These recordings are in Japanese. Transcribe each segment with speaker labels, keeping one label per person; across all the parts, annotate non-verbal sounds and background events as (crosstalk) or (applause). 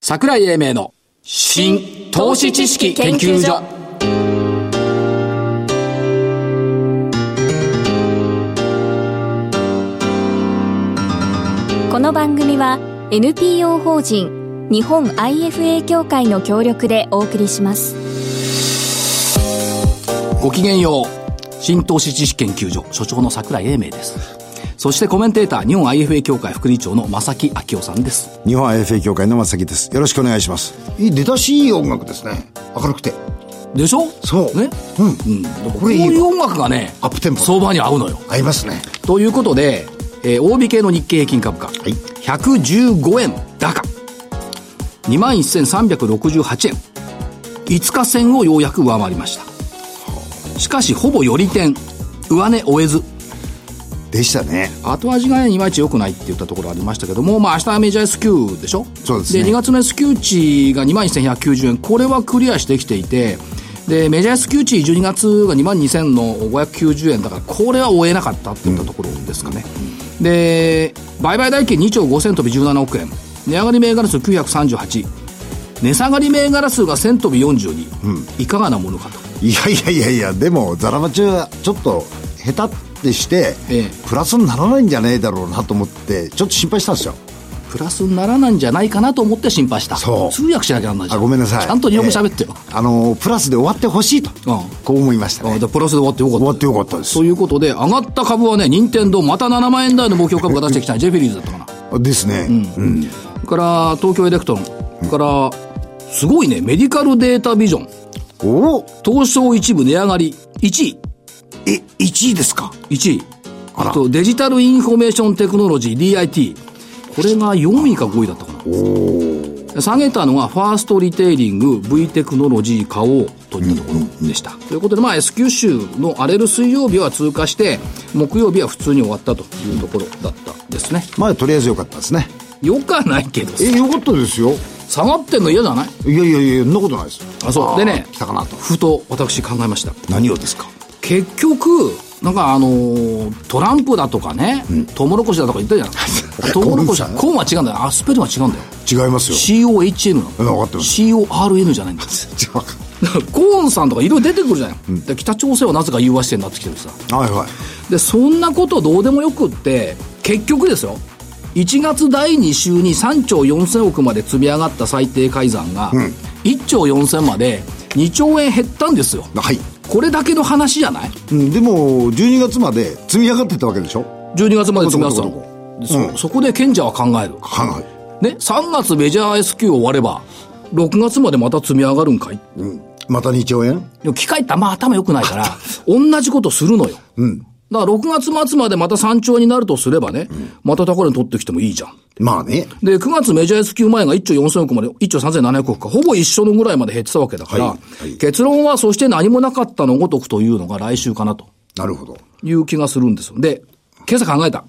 Speaker 1: 桜井英明の新投資知識研究所
Speaker 2: この番組は NPO 法人日本 IFA 協会の協力でお送りします
Speaker 1: ごきげんよう新投資知識研究所所長の桜井英明ですそしてコメンテーター日本 IFA 協会副理事長の正木昭夫さんです
Speaker 3: 日本 IFA 協会の正木ですよろしくお願いします
Speaker 4: いい出だしいい音楽ですね明るくて
Speaker 1: でしょ
Speaker 4: そう
Speaker 1: ね
Speaker 4: うん
Speaker 1: うんだからこ
Speaker 4: こ
Speaker 1: う
Speaker 4: れいいわ
Speaker 1: いう音楽がね
Speaker 4: アップテンポ
Speaker 1: 相場に合うのよ
Speaker 4: 合いますね
Speaker 1: ということで、えー、大引けの日経平均株価、
Speaker 4: い
Speaker 1: 115円高21,368円5日線をようやく上回りましたしかしほぼ寄り点上値終えず
Speaker 3: でしたね
Speaker 1: 後味がねいまいち良くないって言ったところありましたけども、まあ、明日はメジャー S q でしょ
Speaker 3: そうですね
Speaker 1: 2月の S q 値が2万1190円これはクリアしてきていてでメジャー S q 値12月が2万2000の590円だからこれは終えなかったっていったところですかね、で売買代金2兆5000飛び17億円値上がり銘柄数938値下がり銘柄数が1000飛び42、いかがなものかと
Speaker 3: いやいやいやいやでもザラバチはちょっと下手ってして、
Speaker 1: ええ
Speaker 3: プラスにならないんじゃないだろうなと思ってちょっと心配したんですよ
Speaker 1: プラスにならないんじゃないかなと思って心配した
Speaker 3: そう
Speaker 1: 通訳しなきゃなんないじゃ
Speaker 3: あ
Speaker 1: ん
Speaker 3: ごめんなさい
Speaker 1: ちゃんと日本語喋ってよ、
Speaker 3: ええあのプラスで終わってほしいと、
Speaker 1: うん
Speaker 3: こう思いました
Speaker 1: あ
Speaker 3: ね
Speaker 1: だプラスで終わってよかった
Speaker 3: 終わってよかったです
Speaker 1: ということで上がった株はね任天堂また7万円台の目標株が出してきたジェフィリーズだったかなそ
Speaker 3: ですね、うん
Speaker 1: れから東京エレクトロンそれからすごいねメディカルデータビジョン
Speaker 3: おお
Speaker 1: 東証一部値上がり1位
Speaker 3: え1位ですか
Speaker 1: 1位
Speaker 3: あら
Speaker 1: あとデジタルインフォメーションテクノロジー DIT これが4位か5位だったかな下げたのがファーストリテイリング V テクノロジー買おうといったところでした、ということで、まあ、S q 週の荒れる水曜日は通過して木曜日は普通に終わったというところだったですね
Speaker 3: まあとりあえず良かったですね
Speaker 1: よかないけどさ
Speaker 3: え良かったですよ
Speaker 1: 下がってんの嫌じゃない
Speaker 3: いやいやいやそんなことないです
Speaker 1: あそうでね
Speaker 3: 来たかなと
Speaker 1: ふと私考えました
Speaker 3: 何をですか
Speaker 1: 結局なんかあのートランプだとかね、トウモロコシだとか言ったじゃ (laughs) ないトウモロコシはコーンは違うんだよあスペルが違うんだよ
Speaker 3: 違いま
Speaker 1: (laughs)
Speaker 3: すよ
Speaker 1: COHN なの
Speaker 3: 分かってます
Speaker 1: CORN じゃない (laughs) んだ
Speaker 3: 違うか
Speaker 1: だからコーンさんとかいろいろ出てくるじゃない、で北朝鮮はなぜか融和姿勢になってきてるさ
Speaker 3: はいはい
Speaker 1: でそんなことどうでもよくって結局ですよ1月第2週に3兆4000億まで積み上がった最低改ざんが、1兆4000まで2兆円減ったんですよ
Speaker 3: はい、
Speaker 1: これだけの話じゃない
Speaker 3: うん、でも12月まで積み上がってたわけでしょ
Speaker 1: 12月まで積み合わせた
Speaker 3: どこ
Speaker 1: の、
Speaker 3: どこどこ
Speaker 1: そ
Speaker 3: うん
Speaker 1: そこで賢者は考える
Speaker 3: かなり
Speaker 1: ね3月メジャー S q を終われば6月までまた積み上がるんかい
Speaker 3: うんまた2兆円
Speaker 1: でも機械ってあんま頭良くない
Speaker 3: (laughs)
Speaker 1: から、同じことするのよ。だから6月末までまた山頂になるとすればね、また高値取ってきてもいいじゃん。
Speaker 3: まあね
Speaker 1: で、9月メジャー S q 前が1兆4000億まで、1兆3700億か、ほぼ一緒のぐらいまで減ってたわけだから、
Speaker 3: はいはい
Speaker 1: 結論はそして何もなかったのごとくというのが来週かなと
Speaker 3: なるほど
Speaker 1: いう気がするんですよ。で、今朝考えた。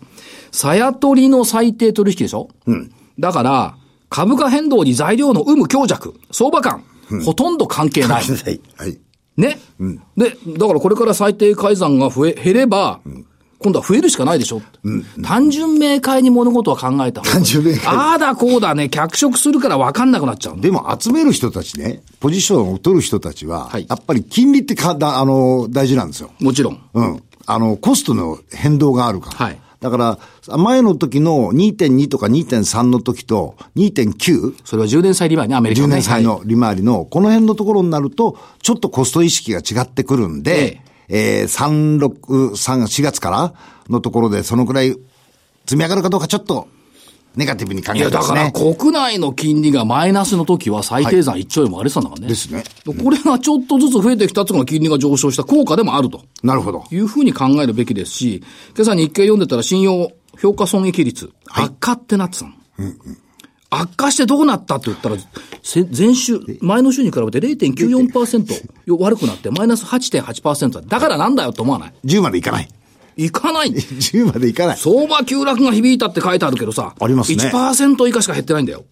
Speaker 1: さや取りの最低取引でしょうん。だから、株価変動に材料の有無強弱、相場感、ほとんど関係ない。
Speaker 3: い、 (laughs) はい、
Speaker 1: ね、で、だからこれから最低改ざんが増え、減れば、今度は増えるしかないでしょ、単純明快に物事は考えた方がいい
Speaker 3: 単純明快
Speaker 1: ああだこうだね、脚色するから分かんなくなっちゃうの。
Speaker 3: でも集める人たちねポジションを取る人たちは、
Speaker 1: はい
Speaker 3: やっぱり金利ってかだあの大事なんですよ
Speaker 1: もちろん。
Speaker 3: うんあのコストの変動があるから、
Speaker 1: はい
Speaker 3: だから前の時の2.2とか2.3の時と2.9
Speaker 1: それは10年債利回りね、アメリカ
Speaker 3: 10
Speaker 1: ね
Speaker 3: 年債
Speaker 1: はい
Speaker 3: の利回りのこの辺のところになると、ちょっとコスト意識が違ってくるんで、えー、3、6、3、4月からのところでそのくらい積み上がるかどうかちょっとネガティブに考
Speaker 1: い
Speaker 3: え
Speaker 1: や、
Speaker 3: て
Speaker 1: だ
Speaker 3: ます
Speaker 1: から
Speaker 3: ね。
Speaker 1: 国内の金利がマイナスの時は最低算1兆円もあれてたんだからね。
Speaker 3: ですね。
Speaker 1: これがちょっとずつ増えてきたっていうのが金利が上昇した効果でもあると。
Speaker 3: なるほど。
Speaker 1: いうふうに考えるべきですし、今朝日経読んでたら信用評価損益率、悪化ってなってたの。悪化してどうなったって言ったら、せ前週、前の週に比べて0.94%よ悪くなって、マイナス8.8%だ。だからなんだよって思わない。
Speaker 3: 10までいかない。 (laughs)
Speaker 1: いかない。
Speaker 3: 10までいかない。
Speaker 1: 相場急落が響いたって書いてあるけどさ、
Speaker 3: ありますね
Speaker 1: 1%以下しか減ってないんだよ。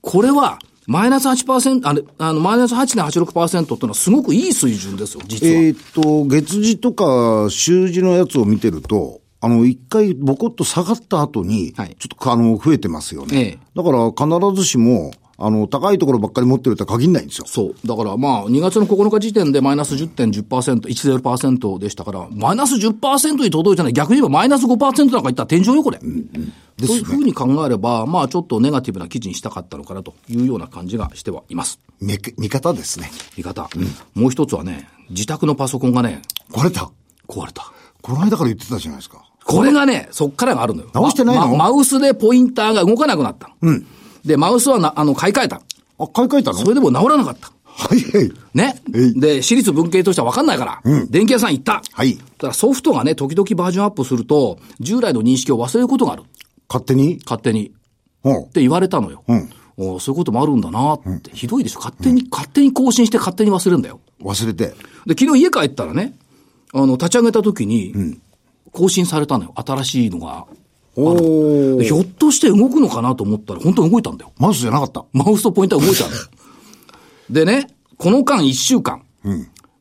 Speaker 1: これは、マイナス8%、あれ、あの、マイナス8.86%っていうのはすごくいい水準ですよ、実は。
Speaker 3: えーっと、月次とか週次のやつを見てると、あの、一回ボコッと下がった後に、
Speaker 1: はい
Speaker 3: ちょっと、あの、増えてますよね。
Speaker 1: ええ
Speaker 3: だから必ずしも、あの、高いところばっかり持ってるとは限んないんですよ。
Speaker 1: そう。だからまあ、2月の9日時点でマイナス10.10%、10%でしたから、マイナス10%に届いてない。逆に言えばマイナス5%なんかいったら天井よ、これ。というふうに考えれば、まあ、ちょっとネガティブな記事にしたかったのかなというような感じがしてはいます。
Speaker 3: 見け、見方ですね。
Speaker 1: 見方。もう一つはね、自宅のパソコンがね、
Speaker 3: これだ。
Speaker 1: 壊れた。
Speaker 3: この間から言ってたじゃないですか。
Speaker 1: これがね、そっからがあるのよ。
Speaker 3: 直してないの
Speaker 1: ままマウスでポインターが動かなくなったの。で、マウスはな、あの、買い替えた。
Speaker 3: あ、買い替えたの
Speaker 1: それでも治らなかった。
Speaker 3: はいはい。
Speaker 1: ね。
Speaker 3: えい
Speaker 1: で、私立文系としては分かんないから、電気屋さん行った。
Speaker 3: はい
Speaker 1: だからソフトがね、時々バージョンアップすると、従来の認識を忘れることがある。
Speaker 3: 勝手に
Speaker 1: 勝手に。
Speaker 3: うん
Speaker 1: っ。て言われたのよ。
Speaker 3: うん
Speaker 1: おそういうこともあるんだなって、ひどいでしょ。勝手に、勝手に更新して勝手に忘れるんだよ。
Speaker 3: 忘れて。
Speaker 1: で、昨日家帰ったらね、あの、立ち上げた時に、更新されたのよ。新しいのが。
Speaker 3: お
Speaker 1: でひょっとして動くのかなと思ったら、本当に動いたんだよ。
Speaker 3: マウスじゃなかった。
Speaker 1: マウスとポインター動いたんだよ。 (laughs) でね、この間1週間、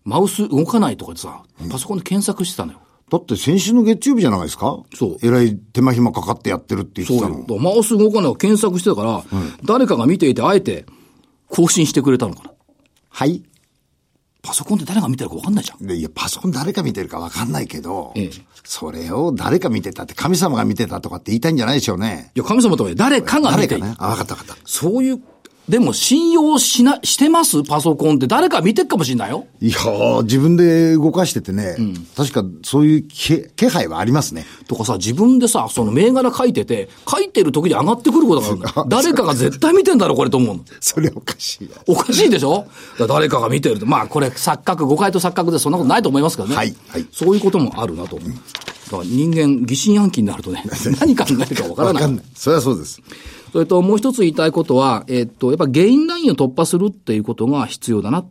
Speaker 1: マウス動かないとかでさ、パソコンで検索してたのよ。
Speaker 3: だって先週の月曜日じゃないですか
Speaker 1: そう
Speaker 3: えらい手間暇かかってやってるって言って
Speaker 1: そう
Speaker 3: た
Speaker 1: よ
Speaker 3: の。。
Speaker 1: だからマウス動かないを検索してたから、誰かが見ていて、あえて更新してくれたのかな。
Speaker 3: はい。
Speaker 1: パソコンって誰が見てるか分かんないじゃん。
Speaker 3: でいや、パソコン誰か見てるかわかんないけど、
Speaker 1: ええ
Speaker 3: それを誰か見てたって、神様が見てたとかって言いたいんじゃないでしょうね。
Speaker 1: いや、神様とかね誰かが見
Speaker 3: 誰
Speaker 1: て
Speaker 3: か
Speaker 1: いる
Speaker 3: ね。。あ、わかったわかった。
Speaker 1: そういう、でも信用しな、してますパソコンって誰か見てるかもしれないよ。
Speaker 3: いやー、自分で動かしててね、確かそういう気気配はありますね。
Speaker 1: とかさ、自分でさ、その銘柄書いてて、書いてる時に上がってくることがあ
Speaker 3: (laughs)
Speaker 1: るんだよ。誰かが絶対見てんだろ、これと思うの。
Speaker 3: それおかしいな。
Speaker 1: おかしいでしょだから誰かが見てると。まあ、これ、錯覚、誤解と錯覚でそんなことないと思いますけどね。
Speaker 3: はいはい
Speaker 1: そういうこともあるなと。だから人間、疑心暗鬼になる
Speaker 3: (laughs)
Speaker 1: とね、何考えるかわから
Speaker 3: わ
Speaker 1: ない
Speaker 3: か。んない。それはそうです。
Speaker 1: それと、もう一つ言いたいことは、えっと、やっぱゲインラインを突破するっていうことが必要だな。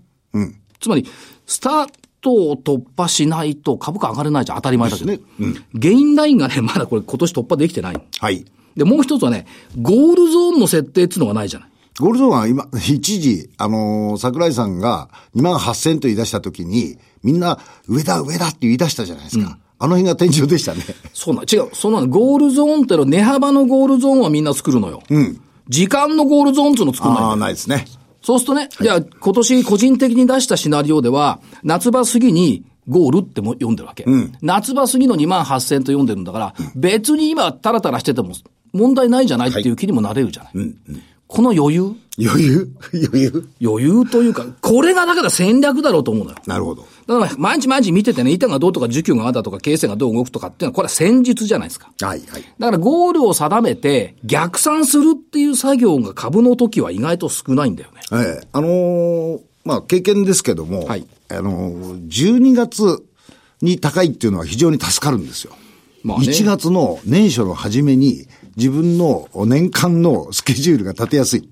Speaker 1: つまり、スタートを突破しないと株価上がれないじゃん。当たり前だけど。
Speaker 3: ですね
Speaker 1: ゲインラインがね、ま (laughs) だこれ今年突破できてない。
Speaker 3: はい。
Speaker 1: で、もう一つはね、ゴールゾーンの設定っていうのがないじゃない。
Speaker 3: ゴールドガンは今、一時、あのー桜井さんが2万8000と言い出した時に、みんな、上だ、上だって言い出したじゃないですか。あの辺が天井でしたね。
Speaker 1: そうなの、違う。そのゴールゾーンってのは値幅のゴールゾーンはみんな作るのよ。時間のゴールゾーンっていうの作んないんだ
Speaker 3: (laughs) あ
Speaker 1: よ
Speaker 3: あ、ないですね。
Speaker 1: そうするとね、じゃあ今年個人的に出したシナリオでは、夏場過ぎにゴールっても読んでるわけ。夏場過ぎの2万8000と読んでるんだから、別に今タラタラしてても問題ないじゃないっていう気にもなれるじゃない。この余裕
Speaker 3: 余裕 (laughs) 余裕
Speaker 1: 余裕というか、これがだから戦略だろうと思うのよ。
Speaker 3: なるほど。
Speaker 1: だから毎日毎日見ててね、板がどうとか需給がああだとか経線がどう動くとかっていうのは、これは戦術じゃないですか。
Speaker 3: はい、はい。
Speaker 1: だからゴールを定めて逆算するっていう作業が株の時は意外と少ないんだよね。
Speaker 3: ええあのーまあ、経験ですけども、
Speaker 1: はい
Speaker 3: あのー、12月に高いっていうのは非常に助かるんですよ。
Speaker 1: まあね
Speaker 3: 1月の年初の初めに自分の年間のスケジュールが立てやすい。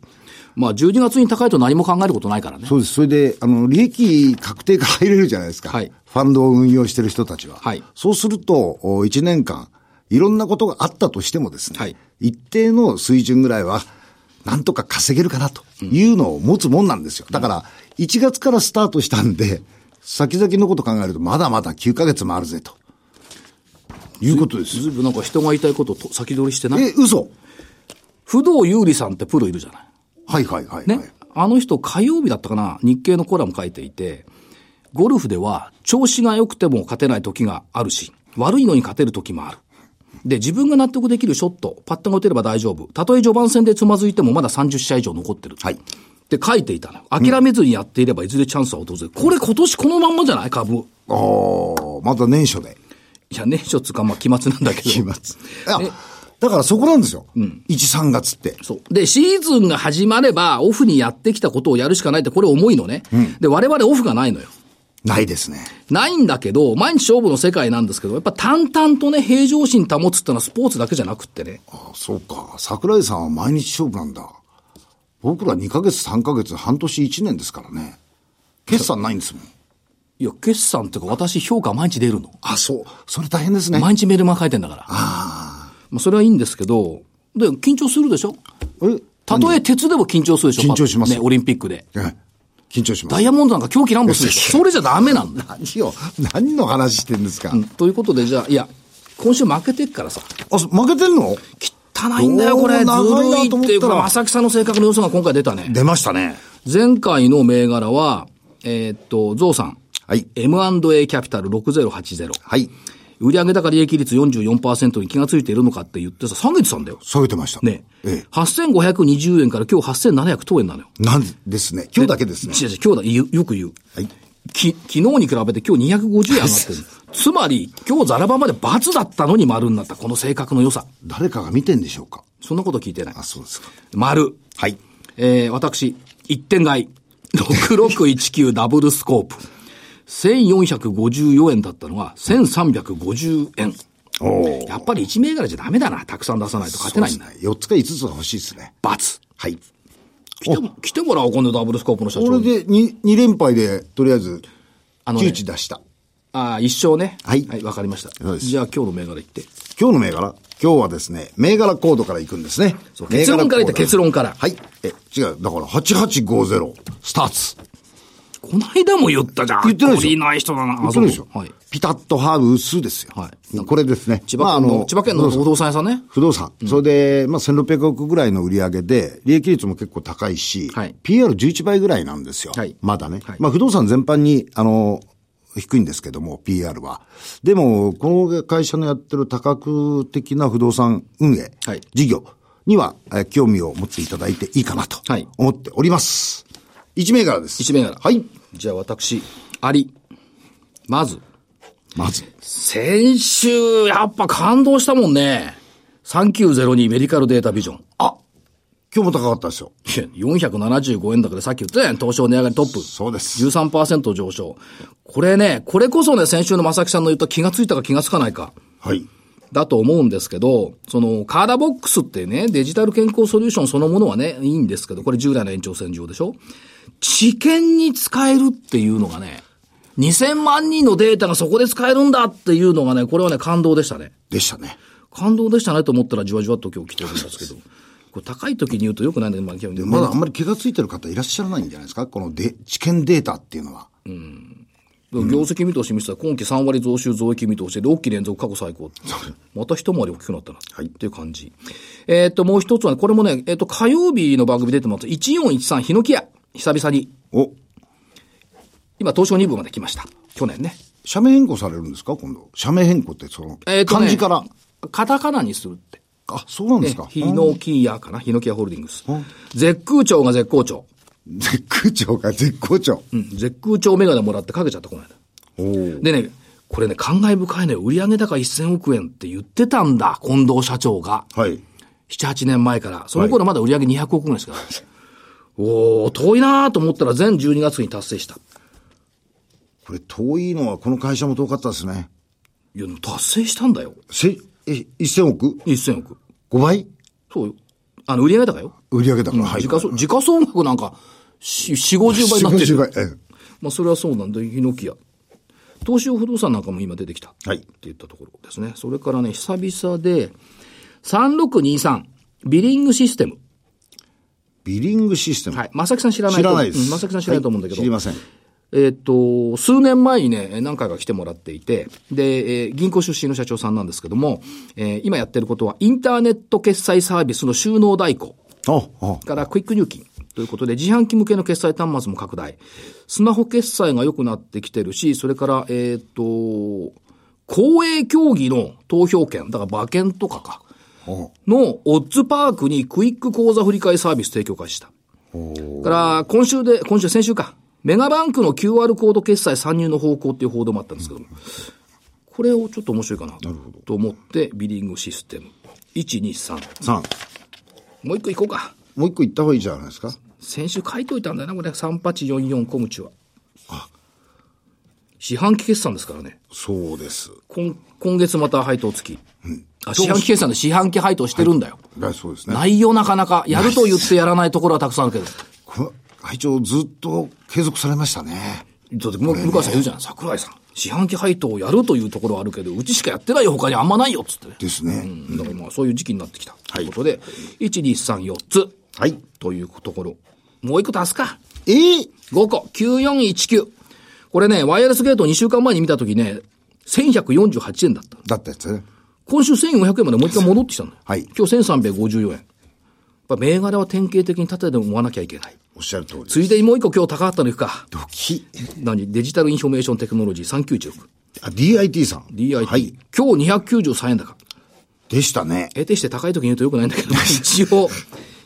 Speaker 1: まあ12月に高いと何も考えることないからね。
Speaker 3: そうです。それで、あの、利益確定が入れるじゃないですか。
Speaker 1: はい
Speaker 3: ファンドを運用してる人たちは。
Speaker 1: はい
Speaker 3: そうすると、お1年間、いろんなことがあったとしてもですね、
Speaker 1: はい
Speaker 3: 一定の水準ぐらいは、なんとか稼げるかなというのを持つもんなんですよ。だから、1月からスタートしたんで、先々のこと考えると、まだまだ9ヶ月もあるぜと。いうことです。
Speaker 1: ずいぶんなんか人が言いたいことをと先取りしてない。
Speaker 3: え、嘘
Speaker 1: 不動優里さんってプロいるじゃない。
Speaker 3: はいはいはい、はい。
Speaker 1: ね。あの人火曜日だったかな、日経のコラム書いていて、ゴルフでは調子が良くても勝てない時があるし、悪いのに勝てる時もある。で、自分が納得できるショット、パッとが打てれば大丈夫。たとえ序盤戦でつまずいてもまだ30試合以上残ってる。
Speaker 3: はい
Speaker 1: って書いていたの。諦めずにやっていればいずれチャンスは訪れる。これ今年このまんまじゃない株。
Speaker 3: ああ、まだ年初で。
Speaker 1: いや、年初つうか、まあ、期末なんだけど。
Speaker 3: 期末。あ、だからそこなんですよ。1、3月って。
Speaker 1: そう。で、シーズンが始まれば、オフにやってきたことをやるしかないって、これ重いのね。で、我々オフがないのよ。
Speaker 3: ないですね。
Speaker 1: ないんだけど、毎日勝負の世界なんですけど、やっぱ淡々とね、平常心保つってのはスポーツだけじゃなくってね。
Speaker 3: あそうか。桜井さんは毎日勝負なんだ。僕ら2ヶ月、3ヶ月、半年、1年ですからね。決算ないんですもん。
Speaker 1: いや、決算っていうか、私評価毎日出るの。
Speaker 3: あ、そう。それ大変ですね。
Speaker 1: 毎日メールマン書いてんだから。まあ、それはいいんですけど、で、緊張するでしょ
Speaker 3: え
Speaker 1: たとえ鉄でも緊張するでしょ
Speaker 3: 緊張します
Speaker 1: ね、オリンピックで。
Speaker 3: え緊張しま
Speaker 1: ダ
Speaker 3: す
Speaker 1: イ。ヤモンドなんか狂気乱舞するでしょそれじゃダメなんだ。
Speaker 3: 何を、何の話してんですか。
Speaker 1: ということで、じゃあ、いや、今週負けてっからさ、
Speaker 3: あ、そ負けてんの
Speaker 1: きっったないんだよ、これ。ず
Speaker 3: どうも長
Speaker 1: る
Speaker 3: い
Speaker 1: い
Speaker 3: なと
Speaker 1: っ
Speaker 3: 思って
Speaker 1: いう
Speaker 3: た
Speaker 1: か、
Speaker 3: ら
Speaker 1: 正木さんの性格の良さが今回出たね。
Speaker 3: 出ましたね。
Speaker 1: 前回の銘柄は、えーっと、ゾウさん。
Speaker 3: はい。
Speaker 1: M&A キャピタル6080。
Speaker 3: はい。
Speaker 1: 売上高利益率44%に気がついているのかって言ってさ、下げてたんだよ。
Speaker 3: 下げてました。
Speaker 1: ね。
Speaker 3: ええ。
Speaker 1: 8520円から今日8700等円なのよ。
Speaker 3: なんですね。今日だけですね。
Speaker 1: 違う違う、今日だ、よよく言う。
Speaker 3: はい。
Speaker 1: き、昨日に比べて今日250円上が
Speaker 3: (laughs)
Speaker 1: ってる。つまり、今日ザラバまで×だったのに丸になった。この性格の良さ。
Speaker 3: 誰かが見てんでしょうか
Speaker 1: そんなこと聞いてない。
Speaker 3: あ、そうですか。
Speaker 1: 丸。
Speaker 3: はい。
Speaker 1: えー、私、一点買い。6619ダブルスコープ。1454円だったのが1350円。
Speaker 3: おお。
Speaker 1: やっぱり1銘柄じゃダメだな。たくさん出さないと勝てないんだ。
Speaker 3: 4つか5つは欲しいですね。
Speaker 1: ×。
Speaker 3: はい。
Speaker 1: 来ても、来てもらおう、今度ダブルスコープの社
Speaker 3: こ
Speaker 1: 長
Speaker 3: れ
Speaker 1: に。
Speaker 3: で 2, 二連敗で、とりあえず、
Speaker 1: あのね
Speaker 3: 窮地出した。
Speaker 1: ああ、一生ね。
Speaker 3: はい
Speaker 1: はい、わかりました
Speaker 3: そう。です
Speaker 1: じゃあ今日の銘柄いって。
Speaker 3: 今日の銘柄、今日はですね、銘柄コードからいくんですね。
Speaker 1: う結論から言って
Speaker 3: 銘柄コード
Speaker 1: 結論から
Speaker 3: はい。え、違う。だから、8850、スターツ。
Speaker 1: こないだも言ったじゃん。
Speaker 3: 言ってないでしょ
Speaker 1: これない人だな。
Speaker 3: 言ってるでしょ
Speaker 1: あそうはい。
Speaker 3: ピタッとハーブ薄ですよ。
Speaker 1: は
Speaker 3: これですね。
Speaker 1: 千葉
Speaker 3: まああ
Speaker 1: 県の、千葉県の
Speaker 3: 不
Speaker 1: 不
Speaker 3: 動産
Speaker 1: 動産屋さんね。
Speaker 3: 不動産。それで、まあ、1600億ぐらいの売り上げで、利益率も結構高いし、
Speaker 1: はい
Speaker 3: PR11 倍ぐらいなんですよ。
Speaker 1: はい
Speaker 3: まだね。
Speaker 1: はい
Speaker 3: まあ、不動産全般に、あの、低いんですけども、PR は。でも、この会社のやってる多角的な不動産運営、
Speaker 1: はい
Speaker 3: 事業には、えー興味を持っていただいていいかなと
Speaker 1: はい、
Speaker 3: 思っております。一銘柄です。
Speaker 1: 一銘柄。
Speaker 3: はい。
Speaker 1: じゃあ私、あり。まず、
Speaker 3: まず。
Speaker 1: 先週、やっぱ感動したもんね。3902メディカルデータビジョン。
Speaker 3: あ今日も高かったですよ。
Speaker 1: いや475円だからさっき言ったやん。東証値上がりトップ。
Speaker 3: そうです
Speaker 1: 13%上昇。これね、これこそね、先週の正木さんの言った気がついたか気がつかないか。
Speaker 3: はい。
Speaker 1: だと思うんですけど、その、カーダボックスってね、デジタル健康ソリューションそのものはね、いいんですけど、これ従来の延長線上でしょ治験に使えるっていうのがね、2000万人のデータがそこで使えるんだっていうのがね、これはね、感動でしたね。
Speaker 3: でしたね。
Speaker 1: 感動でしたねと思ったらじわじわっと今日来てるんですけ
Speaker 3: (laughs)
Speaker 1: ど、これ高い時に言うと良くないんだけど、まあ、今日
Speaker 3: でまだあんまり気がついてる方いらっしゃらないんじゃないですかこので、知見データっていうのは。
Speaker 1: 業績見通し見せたら今期3割増収増益見通しで6期連続過去最高。また一回り大きくなったな。はい。っていう感じ。えーっと、もう一つはね、これもね、えーっと、火曜日の番組出てもらった1413ヒノキ屋。久々に。
Speaker 3: お、
Speaker 1: 今、東証2部まで来ました。去年ね。
Speaker 3: 社名変更されるんですか今度。社名変更ってその、
Speaker 1: えーっとね
Speaker 3: 漢字から。。
Speaker 1: カタカナにするって。
Speaker 3: あ、そうなんですか
Speaker 1: ねヒノキ屋かなヒノキ屋ホールディングス
Speaker 3: うん。
Speaker 1: 絶空調が絶好調。
Speaker 3: 絶好調か、絶好調。
Speaker 1: うん。絶空調メガネもらってかけちゃった、この間。
Speaker 3: おー
Speaker 1: でね、これね、感慨深いのよ。売上高1000億円って言ってたんだ、近藤社長が。
Speaker 3: はい。
Speaker 1: 7、8年前から。その頃まだ売上200億ぐらいしかない。おお遠いなーと思ったら全12月に達成した。
Speaker 3: これ遠いのは、この会社も遠かったですね。
Speaker 1: いや、でも達成したんだよ。
Speaker 3: せ、え、1000億
Speaker 1: 1000億。
Speaker 3: ?5 倍
Speaker 1: そうよ。あの、売上高よ。
Speaker 3: 売上だから、はい。
Speaker 1: 時価総、時価総額なんか、し4、50倍になって
Speaker 3: 40
Speaker 1: る。
Speaker 3: 倍。ええ
Speaker 1: まあ、それはそうなんで、ヒノキ屋。投資用不動産なんかも今出てきた。
Speaker 3: はい
Speaker 1: って言ったところですね。それからね、久々で、3623、ビリングシステム。
Speaker 3: ビリングシステム。
Speaker 1: はい。正木さん知らないと
Speaker 3: 知ら
Speaker 1: 思う
Speaker 3: ないで
Speaker 1: うん
Speaker 3: す。
Speaker 1: 正木さん知らないと思うんだけど。
Speaker 3: は知りません。
Speaker 1: えっと、数年前にね、何回か来てもらっていて、で、えー銀行出身の社長さんなんですけども、えー今やってることは、インターネット決済サービスの収納代行
Speaker 3: あ、あ、
Speaker 1: からクイック入金ということで、自販機向けの決済端末も拡大。スマホ決済が良くなってきてるし、それから、えっと、公営競技の投票権、だから馬券とかか、
Speaker 3: あ、
Speaker 1: のオッズパークにクイック口座振り替えサービス提供開始した。から、今週で、今週、先週か。メガバンクの QR コード決済参入の方向っていう報道もあったんですけども、これをちょっと面白いかなと思って、ビリングシステム。1、2、3。
Speaker 3: 3。
Speaker 1: もう一個行こうか。
Speaker 3: もう一個行った方がいいじゃないですか。
Speaker 1: 先週書いといたんだよな、これ。3844小口は。四半期決算ですからね。
Speaker 3: そうです。
Speaker 1: 今、今月また配当付き。あ、四半期決算で四半期配当してるんだよ。
Speaker 3: だそうですね。
Speaker 1: 内容なかなか、やると言ってやらないところはたくさんあるけど。
Speaker 3: この会長ずっと継続されましたね。
Speaker 1: だって、向向川さん言うじゃん。桜井さん。四半期配当をやるというところはあるけど、うちしかやってないよ、他にあんまないよ、つってね。
Speaker 3: ですね。
Speaker 1: だからまあ、そういう時期になってきた。ということで、1、2、3、4つ。
Speaker 3: はい。
Speaker 1: というところ。もう一個足すか。
Speaker 3: えー、
Speaker 1: 5個。9419。これね、ワイヤレスゲート2週間前に見たときね、1148円だった。
Speaker 3: だったやつね。
Speaker 1: 今週1400円までもう一回戻ってきたの。
Speaker 3: はい
Speaker 1: 今日1354円。やっぱ銘柄は典型的に縦でも追わなきゃいけない。
Speaker 3: おっしゃる通り。
Speaker 1: ついでにもう一個今日高かったのいくか。
Speaker 3: ドキ。
Speaker 1: 何デジタルインフォメーションテクノロジー3916。
Speaker 3: あ、DIT さん。
Speaker 1: DIT。
Speaker 3: はい。
Speaker 1: 今日293円高。
Speaker 3: でしたね。
Speaker 1: 得てして高い時に言うとよくないんだけど、一応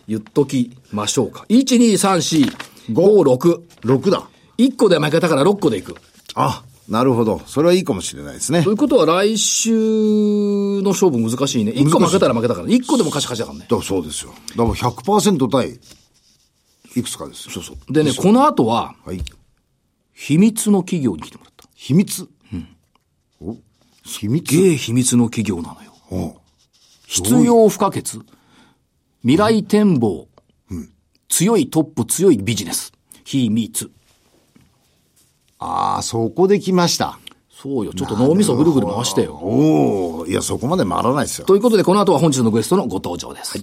Speaker 1: 言っときましょうか。1、2、3、4、5、6。
Speaker 3: 6だ。
Speaker 1: 1個で負けたから6個でいく。
Speaker 3: あ、なるほど。それはいいかもしれないですね
Speaker 1: とい。うことは来週の勝負難しいね。1個負けたら負けたから。1個でも勝ち勝ちだからね。
Speaker 3: だそうですよ。だから100%対、いくつかですよ。そうそう。
Speaker 1: でね、この後は、
Speaker 3: はい。
Speaker 1: 秘密の企業に来てもらった。
Speaker 3: 秘密。お秘密
Speaker 1: ゲー秘密の企業なのよ。
Speaker 3: お
Speaker 1: 必要不可欠。未来展望。強いトップ、強いビジネス。秘密。
Speaker 3: ああ、そこで来ました。
Speaker 1: そうよ。ちょっと脳みそぐるぐる回してよ。
Speaker 3: おおいや、そこまで回らないですよ。
Speaker 1: ということで、この後は本日のゲストのご登場です。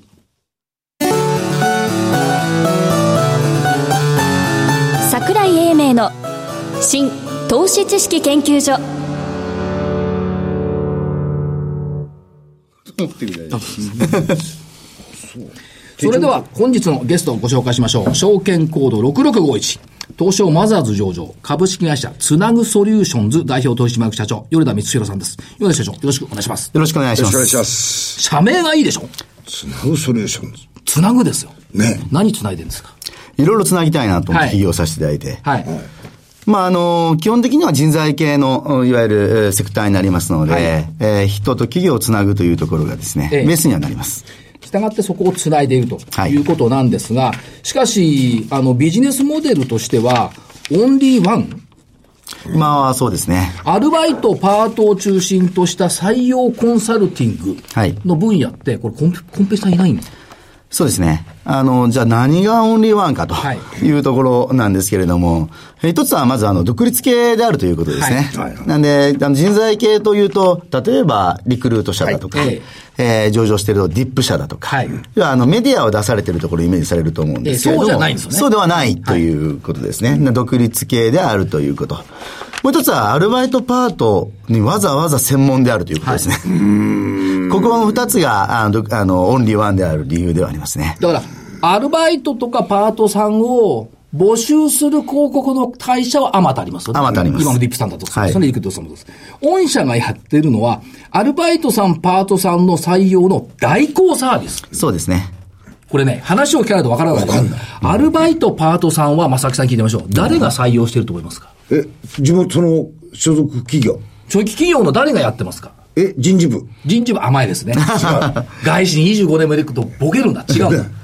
Speaker 2: 桜井英明の新投資知識研究所
Speaker 1: それでは、本日のゲストをご紹介しましょう。証券コード6651。東証マザーズ上場、株式会社、つなぐソリューションズ代表取締役社長、米田光弘さんです。米田社長、よろしくお願いします。
Speaker 5: よろしくお願いし
Speaker 4: よろ
Speaker 5: ま
Speaker 4: しくお願い
Speaker 5: す。
Speaker 4: します。
Speaker 1: 社名がいいでしょ
Speaker 4: スナウソリューションズ。
Speaker 1: つなぐですよ。
Speaker 4: ね
Speaker 1: 何つないでるんですか
Speaker 5: いろいろつなぎたいなと思っ
Speaker 1: はい
Speaker 5: て起業させていただいて。
Speaker 1: はい。
Speaker 5: まあ、あの、基本的には人材系の、うんいわゆるえーセクターになりますので、
Speaker 1: はい
Speaker 5: えー人と企業をつなぐというところがですね、
Speaker 1: ええ
Speaker 5: ベースにはなります。
Speaker 1: したがってそこをつないでいると
Speaker 5: はい
Speaker 1: いうことなんですが、しかし、あの、ビジネスモデルとしては、オンリーワン
Speaker 5: 今はそうですね。
Speaker 1: アルバイト、パートを中心とした採用コンサルティング
Speaker 5: はい
Speaker 1: の分野って、これコンペ、コンペさんいないんです
Speaker 5: そうですね。あの、じゃあ何がオンリーワンかと
Speaker 1: はい
Speaker 5: いうところなんですけれども、えー一つはまずあの、独立系であるということですね。
Speaker 4: はいはい
Speaker 5: なんで、あの人材系というと、例えばリクルート社だとか、
Speaker 1: はいえ
Speaker 5: えー上場しているとディップ社だとか、
Speaker 1: はい
Speaker 5: 要はあのメディアを出されているところをイメージされると思うんですけれども、
Speaker 1: ええそうじゃないんですよね
Speaker 5: そうではないということですね。な独立系であるということ。もう一つはアルバイトパートにわざわざ専門であるということですね。ここの二つがあのどあのオンリーワンである理由ではありますね。
Speaker 1: だから、アルバイトとかパートさんを募集する広告の会社はあまたありますよね。
Speaker 5: あまたあります
Speaker 1: 今のディップさんだとそう
Speaker 5: は
Speaker 1: で
Speaker 5: い
Speaker 1: すね。リクルートさんもそうです。御社がやってるのは、アルバイトさん、パートさんの採用の代行サービス。
Speaker 5: そうですね。
Speaker 1: これね、話を聞かないとわからないから、アルバイト、パートさんは、正木さんに聞いてみましょう。誰が採用してると思いますか
Speaker 4: え、地元の所属企業。
Speaker 1: 長期企業の誰がやってますか
Speaker 4: え、人事部。
Speaker 1: 人事部甘いです (laughs) ね。外資に25年目で行くとボケるんだ。違うんだ。 (laughs)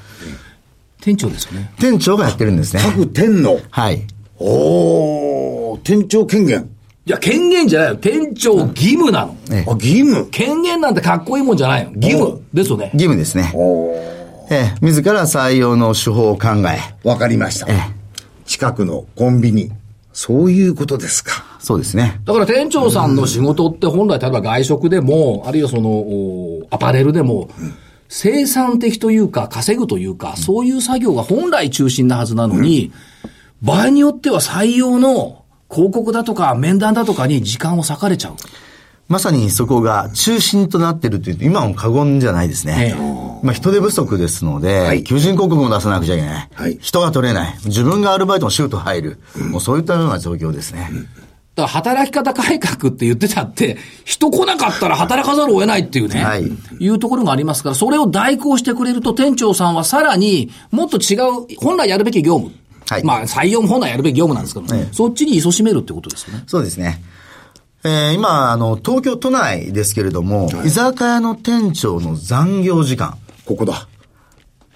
Speaker 1: 店長ですよね。
Speaker 5: 店長がやってるんですね。
Speaker 4: 各店の。
Speaker 5: はい。
Speaker 4: おー、店長権限。
Speaker 1: いや、権限じゃないよ。店長義務なの。
Speaker 5: ええ
Speaker 4: あ、義務。
Speaker 1: 権限なんてかっこいいもんじゃないよ。義務ですよね。
Speaker 5: 義務ですね。ええ、自ら採用の手法を考え。
Speaker 4: わかりました。近くのコンビニ。そういうことですか。
Speaker 5: そうですね。
Speaker 1: だから店長さんの仕事って本来、例えば外食でも、あるいはその、おアパレルでも、生産的というか、稼ぐというか、そういう作業が本来中心なはずなのに、場合によっては採用の広告だとか面談だとかに時間を割かれちゃう。
Speaker 5: まさにそこが中心となってるというと、今も過言じゃないですね。
Speaker 1: え
Speaker 5: まあ人手不足ですので、
Speaker 4: はい
Speaker 5: 求人広告も出さなくちゃいけない。
Speaker 4: はい
Speaker 5: 人が取れない。自分がアルバイトのシュート入る。もうそういったような状況ですね。
Speaker 1: だから働き方改革って言ってたって、人来なかったら働かざるを得ないっていうね、
Speaker 5: はい
Speaker 1: い、うところがありますから、それを代行してくれると、店長さんはさらにもっと違う、本来やるべき業務、
Speaker 5: はい
Speaker 1: まあ採用も本来やるべき業務なんですけど、
Speaker 5: ええ
Speaker 1: そっちに勤しめるってことですよね。
Speaker 5: そうですね。えー今、あの、東京都内ですけれども、居酒屋の店長の残業時間。
Speaker 4: ここだ。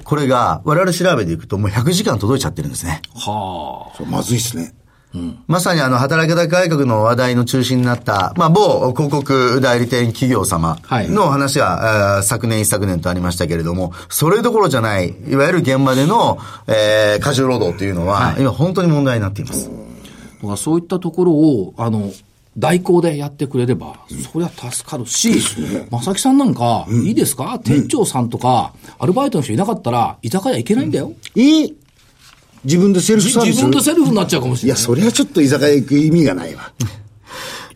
Speaker 5: これが、我々調べていくともう100時間届いちゃってるんですね。
Speaker 1: は
Speaker 4: そうまずいっすね。
Speaker 5: まさにあの、働き方改革の話題の中心になった、まあ、某広告代理店企業様
Speaker 1: はい
Speaker 5: の話は、えー昨年一昨年とありましたけれども、それどころじゃない、いわゆる現場での、えー、過重労働というのは、今本当に問題になっています。
Speaker 1: あ。だからそういったところを、あの、代行でやってくれれば、そりゃ助かるし、正木さんなんか、いいですか店長さんとか、アルバイトの人いなかったら、居酒屋行けないんだよ。
Speaker 4: いい自分でセルフ
Speaker 1: じ
Speaker 4: サービス。
Speaker 1: 自分でセルフになっちゃうかもし
Speaker 4: い
Speaker 1: れ
Speaker 4: や、
Speaker 1: ない。
Speaker 4: そりゃちょっと居酒屋行く意味がないわ。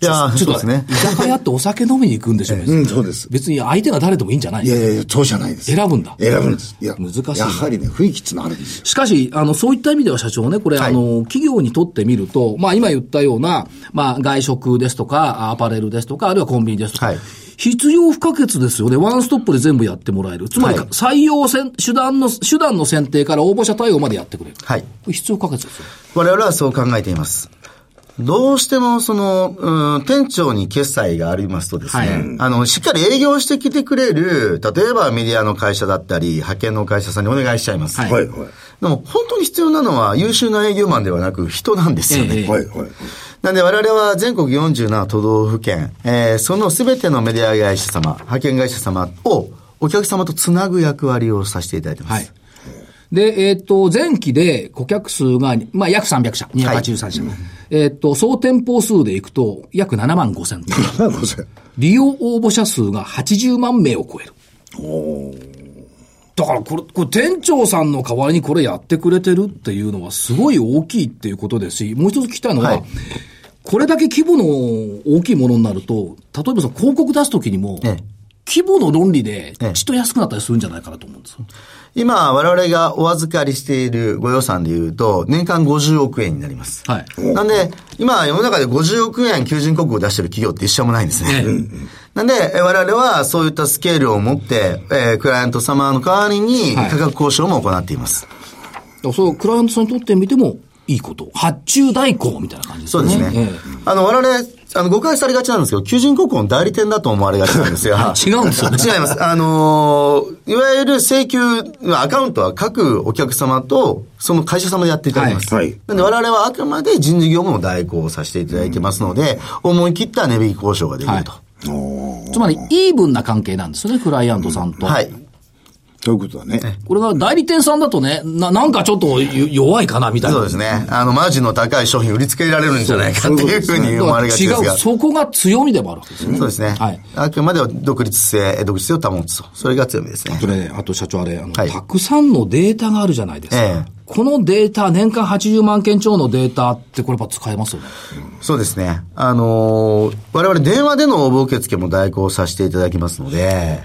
Speaker 5: いやー、
Speaker 1: ち
Speaker 5: ち
Speaker 1: ょ
Speaker 5: ょ
Speaker 1: っと
Speaker 5: っとですね。
Speaker 1: 居酒屋ってお酒飲みに行くんでしょ、別に
Speaker 4: うん、そうです。
Speaker 1: 別に相手が誰でもいいんじゃない
Speaker 4: いやいやいや、そうじゃないです。
Speaker 1: 選ぶんだ
Speaker 4: 選ぶんです。いや、
Speaker 1: 難しいな
Speaker 4: やはりね、雰囲気ってのあるんですよ。
Speaker 1: しかし、あの、そういった意味では社長ね、これ、あの、企業にとってみると、まあ今言ったような、まあ外食ですとか、アパレルですとか、あるいはコンビニですとか、
Speaker 5: はい
Speaker 1: 必要不可欠ですよね。ワンストップで全部やってもらえる。つまり、
Speaker 5: はい
Speaker 1: 採用せん、手段の、手段の選定から応募者対応までやってくれる。
Speaker 5: はい。
Speaker 1: これ必要不可欠ですよ。
Speaker 5: 我々はそう考えています。どうしても、その、うん、店長に決済がありますとですね、
Speaker 1: はい
Speaker 5: あの、しっかり営業してきてくれる、例えばメディアの会社だったり、派遣の会社さんにお願いしちゃいます。
Speaker 1: はい
Speaker 4: はいはい。
Speaker 5: でも、本当に必要なのは優秀な営業マンではなく、人なんですよね。
Speaker 1: ええ
Speaker 4: はいはい。
Speaker 5: なんで我々は全国47都道府県、えーその全てのメディア会社様、派遣会社様をお客様とつなぐ役割をさせていただいてま
Speaker 1: は
Speaker 5: す。
Speaker 1: い。で、えっ、と、前期で顧客数が、まあ、約300社、283社。えっ、と、総店舗数でいくと、約7万5千。
Speaker 5: (laughs)
Speaker 4: 7万5千。
Speaker 1: 利用応募者数が80万名を超える。だからこれ、これ店長さんの代わりにこれやってくれてるっていうのはすごい大きいっていうことですし、もう一つ聞きたいのは、
Speaker 5: はい
Speaker 1: これだけ規模の大きいものになると、例えばその広告出すときにも、
Speaker 5: ええ
Speaker 1: 規模の論理で
Speaker 5: ええ
Speaker 1: ちっと安くなったりするんじゃないかなと思うんですよ。
Speaker 5: 今、我々がお預かりしているご予算で言うと、年間50億円になります。
Speaker 1: はい。
Speaker 5: なんで、今、世の中で50億円求人広告を出してる企業って一社もないんですね。なんで、え我々はそういったスケールを持って、えークライアント様の代わりに
Speaker 1: はい
Speaker 5: 価格交渉も行っています。
Speaker 1: だからそのクライアントさんにとってみてもいいこと。発注代行みたいな感じです
Speaker 5: そう
Speaker 1: ね。
Speaker 5: ですね。
Speaker 1: え。
Speaker 5: あの、我々、あの、誤解されがちなんですけど、求人広告の代理店だと思われがちなんですよ
Speaker 1: (laughs) 違うんですよね
Speaker 5: 違います。あのーいわゆる請求、アカウントは各お客様と、その会社様でやっていただきます。
Speaker 4: はいはい
Speaker 5: なんで、我々はあくまで人事業務の代行をさせていただいてますので、思い切った値引き交渉ができると。
Speaker 1: はえつまり、イーブンな関係なんですよね、クライアントさんと。
Speaker 5: はい。
Speaker 4: ということはね。
Speaker 1: これが代理店さんだとね、な、なんかちょっとよ弱いかな、みたいな。
Speaker 5: そうですね。あの、マージンの高い商品売りつけられるんじゃないかっていうふうに
Speaker 1: だ
Speaker 5: 思
Speaker 1: か
Speaker 5: わ
Speaker 1: ら
Speaker 5: れがち
Speaker 1: 違
Speaker 5: ですが
Speaker 1: う、。そこが強みでもあるわけですよね。
Speaker 5: そうですね。
Speaker 1: はい
Speaker 5: あくまでは独立性、独立性を保つと。それが強みですね
Speaker 1: そ。れね、あと社長あれ、あの、
Speaker 5: はい
Speaker 1: たくさんのデータがあるじゃないですか。
Speaker 5: ええ
Speaker 1: このデータ、年間80万件超のデータって、これやっぱ使えますよね。
Speaker 5: そうですね。あのー我々電話での応募受付も代行させていただきますので、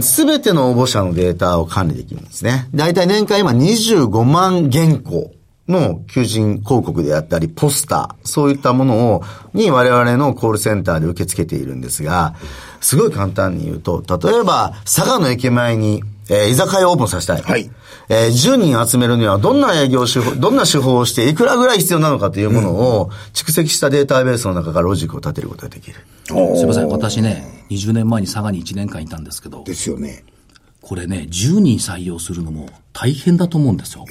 Speaker 5: すべての応募者のデータを管理できるんですね。だいたい年間今25万原稿の求人広告であったり、ポスター、そういったものを、に我々のコールセンターで受け付けているんですが、すごい簡単に言うと、例えば、佐賀の駅前に、えー居酒屋をオープンさせたい。
Speaker 4: はい
Speaker 5: えー10人集めるにはどんな営業手法、どんな手法をしていくらぐらい必要なのかというものを蓄積したデータベースの中からロジックを立てることができる。
Speaker 1: すいません、私ね、20年前に佐賀に1年間いたんですけど、
Speaker 4: ですよね。
Speaker 1: これね、10人採用するのも大変だと思うんですよ。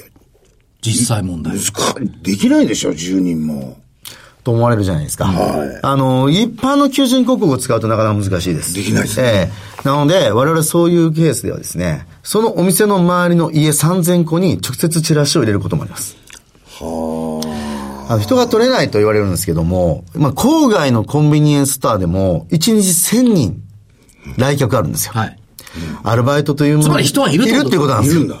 Speaker 1: 実際問題。
Speaker 4: 難できないでしょ、10人も。
Speaker 5: と思われるじゃないですか。
Speaker 4: はい
Speaker 5: あの、一般の求人広告を使うとなかなか難しいです。
Speaker 4: できないです
Speaker 5: ええなので、我々そういうケースではですね、そのお店の周りの家3000個に直接チラシを入れることもあります。あの人が取れないと言われるんですけども、まあ、郊外のコンビニエンスストアでも、1日1000人来客あるんですよ。
Speaker 1: はい。
Speaker 5: アルバイトというもの
Speaker 1: つまり人はいるって
Speaker 5: い
Speaker 1: こと
Speaker 5: るっていうことなんですよ。
Speaker 4: いるんだ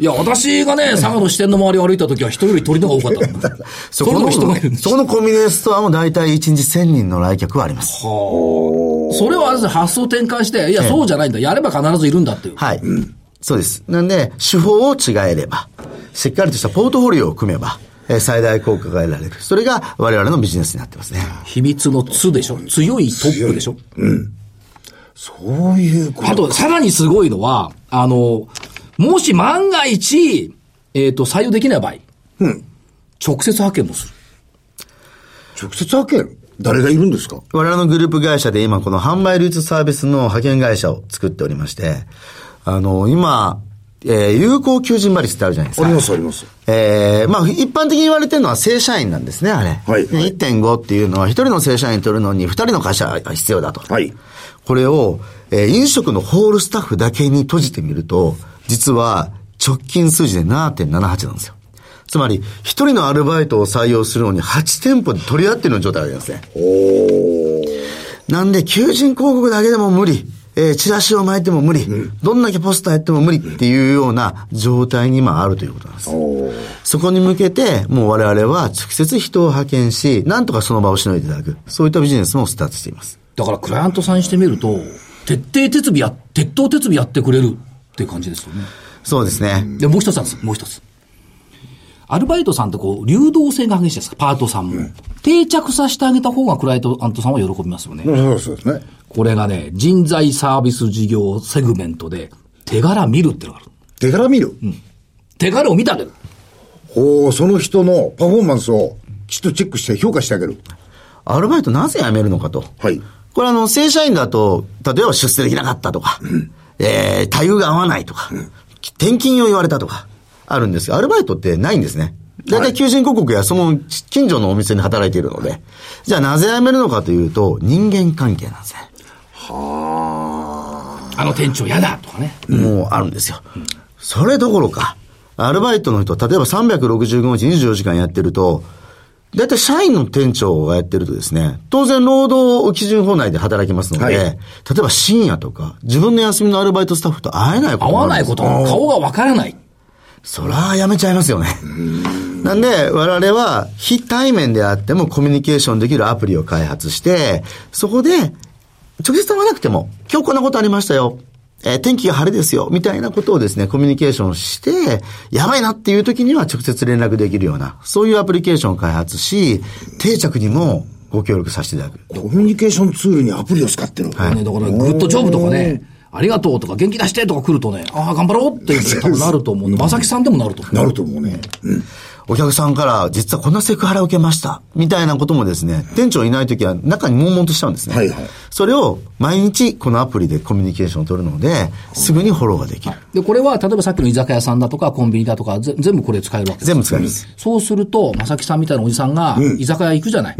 Speaker 1: いや、私がね、佐賀の支店の周りを歩いた時は人より鳥の方が多かったもん。そこの人がいるんです
Speaker 5: そこのコンビニエンスストアも大体1日1000人の来客はあります。
Speaker 1: それはあれですね発想転換して、いや、そうじゃないんだ。やれば必ずいるんだっていう。
Speaker 5: はい。そうです。なんで、手法を違えれば、しっかりとしたポートフォリオを組めば、えー最大効果が得られる。それが我々のビジネスになってますね。
Speaker 1: 秘密のつでしょ強いトップでしょ
Speaker 4: そういうこと。
Speaker 1: あと、さらにすごいのは、あの、もし万が一、えっ、と、採用できない場合、
Speaker 4: うん。
Speaker 1: 直接派遣もする。
Speaker 4: 直接派遣誰がいるんですか
Speaker 5: 我々のグループ会社で今この販売流通サービスの派遣会社を作っておりまして、あの、今、えー有効求人倍率ってあるじゃないです
Speaker 4: あ
Speaker 5: か
Speaker 4: り。ますあります。
Speaker 5: ええまあ、一般的に言われてるのは正社員なんですね、あれ。
Speaker 4: はい
Speaker 5: で
Speaker 4: はい
Speaker 5: 1.5っていうのは、一人の正社員取るのに、二人の会社が必要だと。
Speaker 4: はい
Speaker 5: これを、えー飲食のホールスタッフだけに閉じてみると、実は直近数字で7.78なんですよ。つまり、一人のアルバイトを採用するのに8店舗で取り合ってるような状態がありますね。なんで、求人広告だけでも無理。えーチラシを巻いても無理、どんだけポスターやっても無理っていうような状態に今あるということなんです。そこに向けて、もう我々は直接人を派遣し、なんとかその場をしのいでいただく。そういったビジネスもスタートしています。
Speaker 1: だからクライアントさんにしてみると、徹底鉄尾や、徹頭徹尾やってくれるっていう感じですよね。
Speaker 5: そうですね。
Speaker 1: で、もう一つなんです。もう一つ。アルバイトさんってこう、流動性が激しいですかパートさんも。定着させてあげた方がクライアントさんは喜びますよね。
Speaker 4: そうそうですね。
Speaker 1: これがね、人材サービス事業セグメントで、手柄見るってのがある。
Speaker 4: 手柄見る。
Speaker 1: 手柄を見てあげる。
Speaker 4: おおその人のパフォーマンスをきちっとチェックして評価してあげる。
Speaker 5: アルバイトなぜ辞めるのかと。
Speaker 4: はい
Speaker 5: これあの、正社員だと、例えば出世できなかったとか、えー、待遇が合わないとか、転勤を言われたとか、あるんですが、アルバイトってないんですね。だいたい求人広告やその近所のお店に働いているので、じゃあなぜ辞めるのかというと、人間関係なんですね。
Speaker 1: あの店長嫌だとかね。
Speaker 5: もうあるんですよ。それどころか、アルバイトの人、例えば365日24時間やってると、だいたい社員の店長がやってるとですね、当然労働基準法内で働きますので、
Speaker 4: はい
Speaker 5: 例えば深夜とか、自分の休みのアルバイトスタッフと会えないこと
Speaker 1: 合
Speaker 5: もあ
Speaker 1: わな
Speaker 5: るんで
Speaker 1: い
Speaker 5: す
Speaker 1: こ
Speaker 5: よ
Speaker 1: と、顔がわからない。
Speaker 5: そらやめちゃいますよね。なんで、我々は非対面であってもコミュニケーションできるアプリを開発して、そこで、直接会わなくても、今日こんなことありましたよ。えー天気が晴れですよ。みたいなことをですね、コミュニケーションして、やばいなっていう時には直接連絡できるような、そういうアプリケーションを開発し、定着にもご協力させていただく。
Speaker 4: コミュニケーションツールにアプリを使ってる。
Speaker 5: はい
Speaker 1: ね、だから、グッドジョブとかね、ありがとうとか、元気出してとか来るとね、ああ、頑張ろうっていう多分なると思うんで、まさきさんでもなると思う。
Speaker 4: なると思うね。
Speaker 5: お客さんから、実はこんなセクハラを受けました。みたいなこともですね、店長いないときは中に悶々としちゃうんですね。
Speaker 4: はいはい
Speaker 5: それを毎日このアプリでコミュニケーションを取るので、すぐにフォローができる。
Speaker 1: で、これは、例えばさっきの居酒屋さんだとか、コンビニだとか、ぜ全部これ使えるわけです。
Speaker 5: 全部使えます。
Speaker 1: そうすると、まさきさんみたいなおじさんが、居酒屋行くじゃない。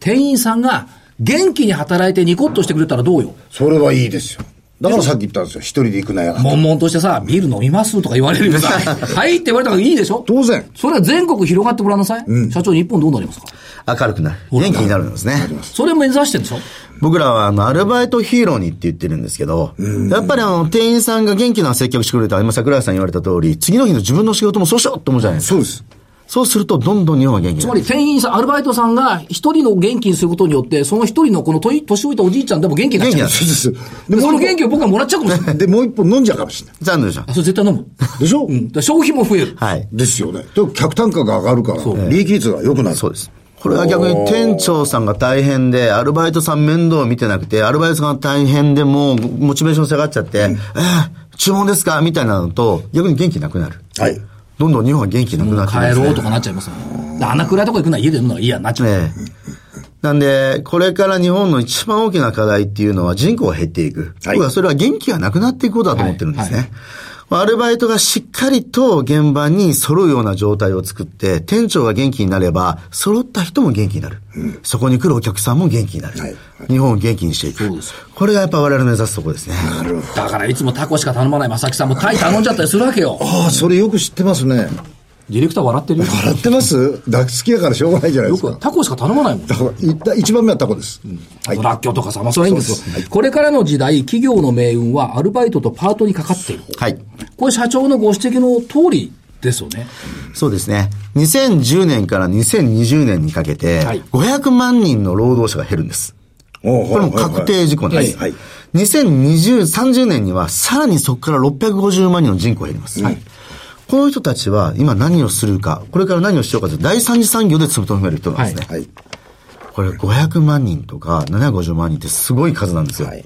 Speaker 1: 店員さんが、元気に働いてニコッとしてくれたらどうよ。
Speaker 4: それはいいですよ。だからさっき言ったんですよ。一人で行くなや。
Speaker 1: 悶々としてさ、ビール飲みますとか言われるよさ、 (laughs) はいって言われたらいいでしょ
Speaker 4: 当然
Speaker 1: それは全国広がってごらんなさい。社長、日本どうなりますか
Speaker 5: 明るくなる。
Speaker 1: ほら
Speaker 5: 元気になるんですね。
Speaker 1: それ目指してるんでしょ
Speaker 5: 僕らはあの、アルバイトヒーローにって言ってるんですけど、やっぱりあの、店員さんが元気な接客してくれた、今桜井さん言われた通り、次の日の自分の仕事もそうしようって思うじゃないですか。
Speaker 4: そうです。
Speaker 5: そうすると、どんどん日本は元気に
Speaker 1: つ
Speaker 5: な
Speaker 1: ま
Speaker 5: る。
Speaker 1: り店員さん、アルバイトさんが一人の元気にすることによって、その一人のこのとい年老いたおじいちゃんでも元気になっちゃう。
Speaker 5: 元
Speaker 4: そうです。で
Speaker 1: で、そ
Speaker 4: も
Speaker 1: の
Speaker 4: う一
Speaker 1: 元気を僕はもらっちゃうかもしれない。
Speaker 4: 個、で、もう一本飲んじゃうかもしれない。
Speaker 5: 残念でしょ
Speaker 1: あ、。それ絶対飲む。
Speaker 4: でしょ
Speaker 1: うん。だから消費も増える。
Speaker 5: はい。
Speaker 4: ですよね。でも客単価が上がるから、利益率が良くなる。
Speaker 5: そうです。これは逆に店長さんが大変で、アルバイトさん面倒を見てなくて、アルバイトさんが大変でもうモチベーション下がっちゃって、えー注文ですかみたいなのと、逆に元気なくなる。
Speaker 4: はい。
Speaker 5: どんどん日本は元気なくなってきま
Speaker 1: 帰
Speaker 5: すね
Speaker 1: ろうとかなっちゃいますよ。あんな暗いとこ行くのは家で飲むのがいいやなっちゃう。
Speaker 5: ええなんで、これから日本の一番大きな課題っていうのは人口が減っていく。
Speaker 4: はい
Speaker 5: 僕はそれは元気がなくなっていくことだと思ってるんですね。
Speaker 1: は
Speaker 5: アルバイトがしっかりと現場に揃うような状態を作って、店長が元気になれば、揃った人も元気になる。そこに来るお客さんも元気になる。
Speaker 4: はい
Speaker 5: 日本を元気にしていく。これがやっぱ我々の目指すところですね。
Speaker 1: だからいつもタコしか頼まない正木さんもタイ頼んじゃったりするわけよ。
Speaker 4: ああ、それよく知ってますね。
Speaker 1: ディレクター笑ってるよ。
Speaker 4: 笑ってますだ好きだからしょうがないじゃない
Speaker 1: よ
Speaker 4: です
Speaker 1: く
Speaker 4: か。
Speaker 1: タコしか頼まないもん。
Speaker 4: だから、いった一番目はタコです。はい。
Speaker 1: ラッキョとかさ、まあそれはいいんです
Speaker 4: そう
Speaker 1: よ。これからの時代、企業の命運はアルバイトとパートにかかっている。
Speaker 5: はい。
Speaker 1: これ社長のご指摘の通りですよね。
Speaker 5: そうですね。2010年から2020年にかけて
Speaker 1: はい、
Speaker 5: 500万人の労働者が減るんです。
Speaker 4: おう
Speaker 5: これも確定事項なんです。
Speaker 4: はいはい
Speaker 5: 2020、30年にはさらにそこから650万人の人口が減ります。この人たちは今何をするか、これから何をしようかという第三次産業で積み止める人なんですね。
Speaker 4: はい。はい。
Speaker 5: これ500万人とか750万人ってすごい数なんですよ。
Speaker 4: はい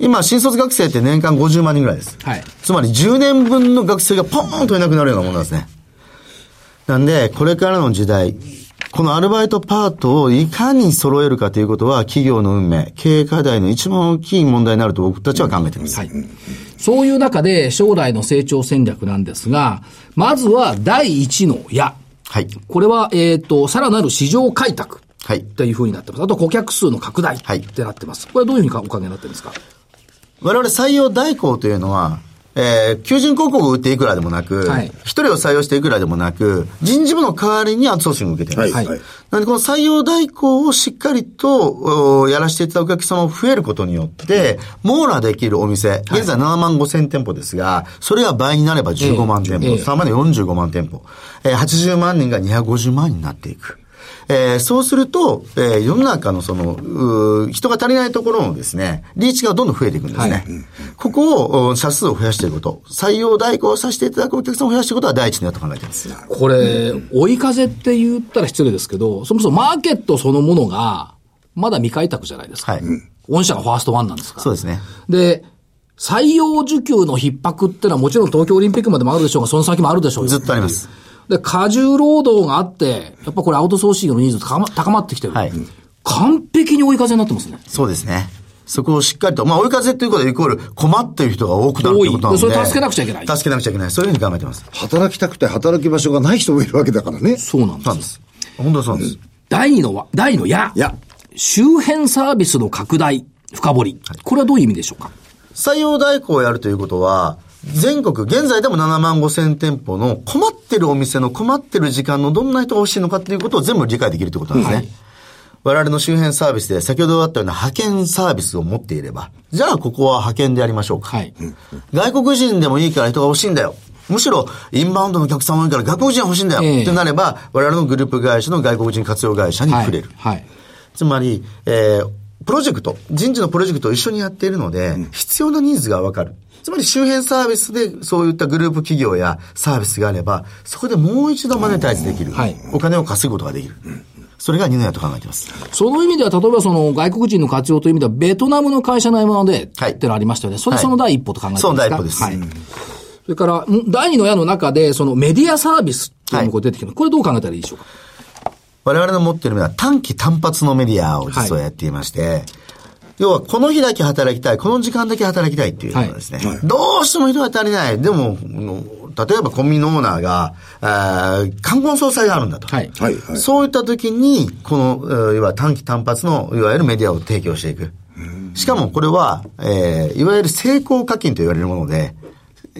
Speaker 5: 今、新卒学生って年間50万人ぐらいです。
Speaker 1: はい
Speaker 5: つまり10年分の学生がポーンといなくなるようなものなんですね。なんで、これからの時代、このアルバイトパートをいかに揃えるかということは企業の運命、経営課題の一番大きい問題になると僕たちは考えています。
Speaker 1: はい。そういう中で将来の成長戦略なんですが、まずは第一の矢。
Speaker 5: はい。
Speaker 1: これは、えっ、と、さらなる市場開拓。
Speaker 5: はい
Speaker 1: っていうふうになってます。あと顧客数の拡大。
Speaker 5: はい
Speaker 1: ってなってます。これはどういうふうにかお考えになってるんですか
Speaker 5: 我々採用代行というのは、えー求人広告を売っていくらでもなく、一、
Speaker 1: はい
Speaker 5: 人を採用していくらでもなく、人事部の代わりにアウトソーシングを受けています。
Speaker 1: はい
Speaker 4: はい
Speaker 5: なので、この採用代行をしっかりと、おやらせていただくお客様が増えることによって、網羅できるお店、現在7万5千店舗ですが、それが倍になれば15万店
Speaker 1: ええ
Speaker 5: 舗、3万で45万店舗、えー80万人が250万になっていく。えーそうすると、えー世の中のその、うー人が足りないところのですね、リーチがどんどん増えていくんですね。
Speaker 1: はい
Speaker 5: ここを、お社数を増やしていくこと、採用代行をさせていただくお客様を増やしていくことは第一になると考えています。
Speaker 1: これ、追い風って言ったら失礼ですけど、そもそもマーケットそのものが、まだ未開拓じゃないですか。
Speaker 5: はい
Speaker 1: 御社がファーストワンなんですから。
Speaker 5: そうですね。
Speaker 1: で、採用受給の逼迫ってのはもちろん東京オリンピックまでもあるでしょうが、その先もあるでしょうよ
Speaker 5: ずっとあります。
Speaker 1: で、過重労働があって、やっぱこれアウトソーシングのニーズ高ま高まってきてる。
Speaker 5: はい
Speaker 1: 完璧に追い風になってますね。
Speaker 5: そうですね。そこをしっかりと、まあ、追い風ということはイコール困っている人が多くなるということなので。
Speaker 1: 多いそれ助けなくちゃいけない
Speaker 5: 助けなくちゃいけない。そういうふうに考えてます。
Speaker 4: 働きたくて働き場所がない人もいるわけだからね。
Speaker 1: そうなんで
Speaker 5: そう
Speaker 1: す
Speaker 5: で。す。本当にそうなんです。
Speaker 1: 第二のは、第二のや。
Speaker 4: や
Speaker 1: 周辺サービスの拡大、深掘り。これはどういう意味でしょうか
Speaker 5: 採用代行をやるということは、全国、現在でも7万5千店舗の困ってるお店の困ってる時間のどんな人が欲しいのかっていうことを全部理解できるということなんですね。我々の周辺サービスで先ほどあったような派遣サービスを持っていれば、じゃあここは派遣でやりましょうか。
Speaker 1: はい
Speaker 5: 外国人でもいいから人が欲しいんだよ。むしろ、インバウンドのお客さん多いから外国人が欲しいんだよ。
Speaker 1: ええ
Speaker 5: ってなれば、我々のグループ会社の外国人活用会社に
Speaker 1: は
Speaker 5: 触れ
Speaker 1: い
Speaker 5: る。。
Speaker 1: はい。
Speaker 5: つまり、えープロジェクト、人事のプロジェクトを一緒にやっているので、必要なニーズがわかる。つまり周辺サービスでそういったグループ企業やサービスがあれば、そこでもう一度マネタイズできる。
Speaker 1: はい
Speaker 5: お金を稼ぐことができる。それが2年やと考えています。
Speaker 1: その意味では、例えばその外国人の活用という意味では、ベトナムの会社の M&A で
Speaker 5: はい
Speaker 1: ってのありましたよね。それ
Speaker 5: はい
Speaker 1: その第一歩と考えてますか、
Speaker 5: その第一歩です
Speaker 1: はい。それから、ん第二の矢の中で、そのメディアサービスっていうのが出てきてます、これどう考えたらいいでしょうか
Speaker 5: 我々の持っているのは短期単発のメディアを実はやっていまして、要はこの日だけ働きたい、この時間だけ働きたいっていうのがですね、どうしても人が足りない。でも、うん例えばコンビニのオーナーが、あー冠婚葬祭があるんだと。
Speaker 1: はい
Speaker 4: はいはい
Speaker 5: そういった時に、この、えー要は短期単発の、いわゆるメディアを提供していく。しかもこれは、えーいわゆる成功課金と言われるもので、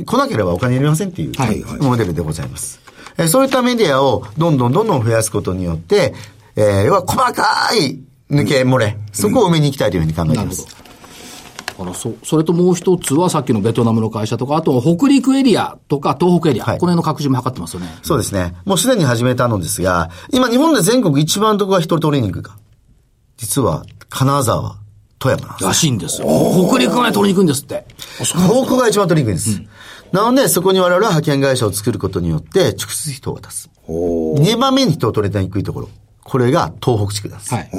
Speaker 5: 来なければお金いりませんっていう
Speaker 1: はい
Speaker 5: モデルでございます。えーそういったメディアをどんどんどんどん増やすことによって、えー要は細かい抜け漏れ、そこを埋めに行きたいというふうに考えています。
Speaker 1: あの、そ、それともう一つは、さっきのベトナムの会社とか、あと北陸エリアとか東北エリア。
Speaker 5: はい
Speaker 1: この辺の拡充も図ってますよね。
Speaker 5: そうですね。もうすでに始めたのですが、今日本で全国一番どこが一人トレーニングか。実は、金沢、富山なんです
Speaker 1: らしいんですよ。北陸まで取りに行くんですって。
Speaker 5: ここが一番トリンクです。なので、そこに我々は派遣会社を作ることによって、直接人を渡す。2番目に人を取れにくいところ。これが東北地区なんです。
Speaker 1: はい。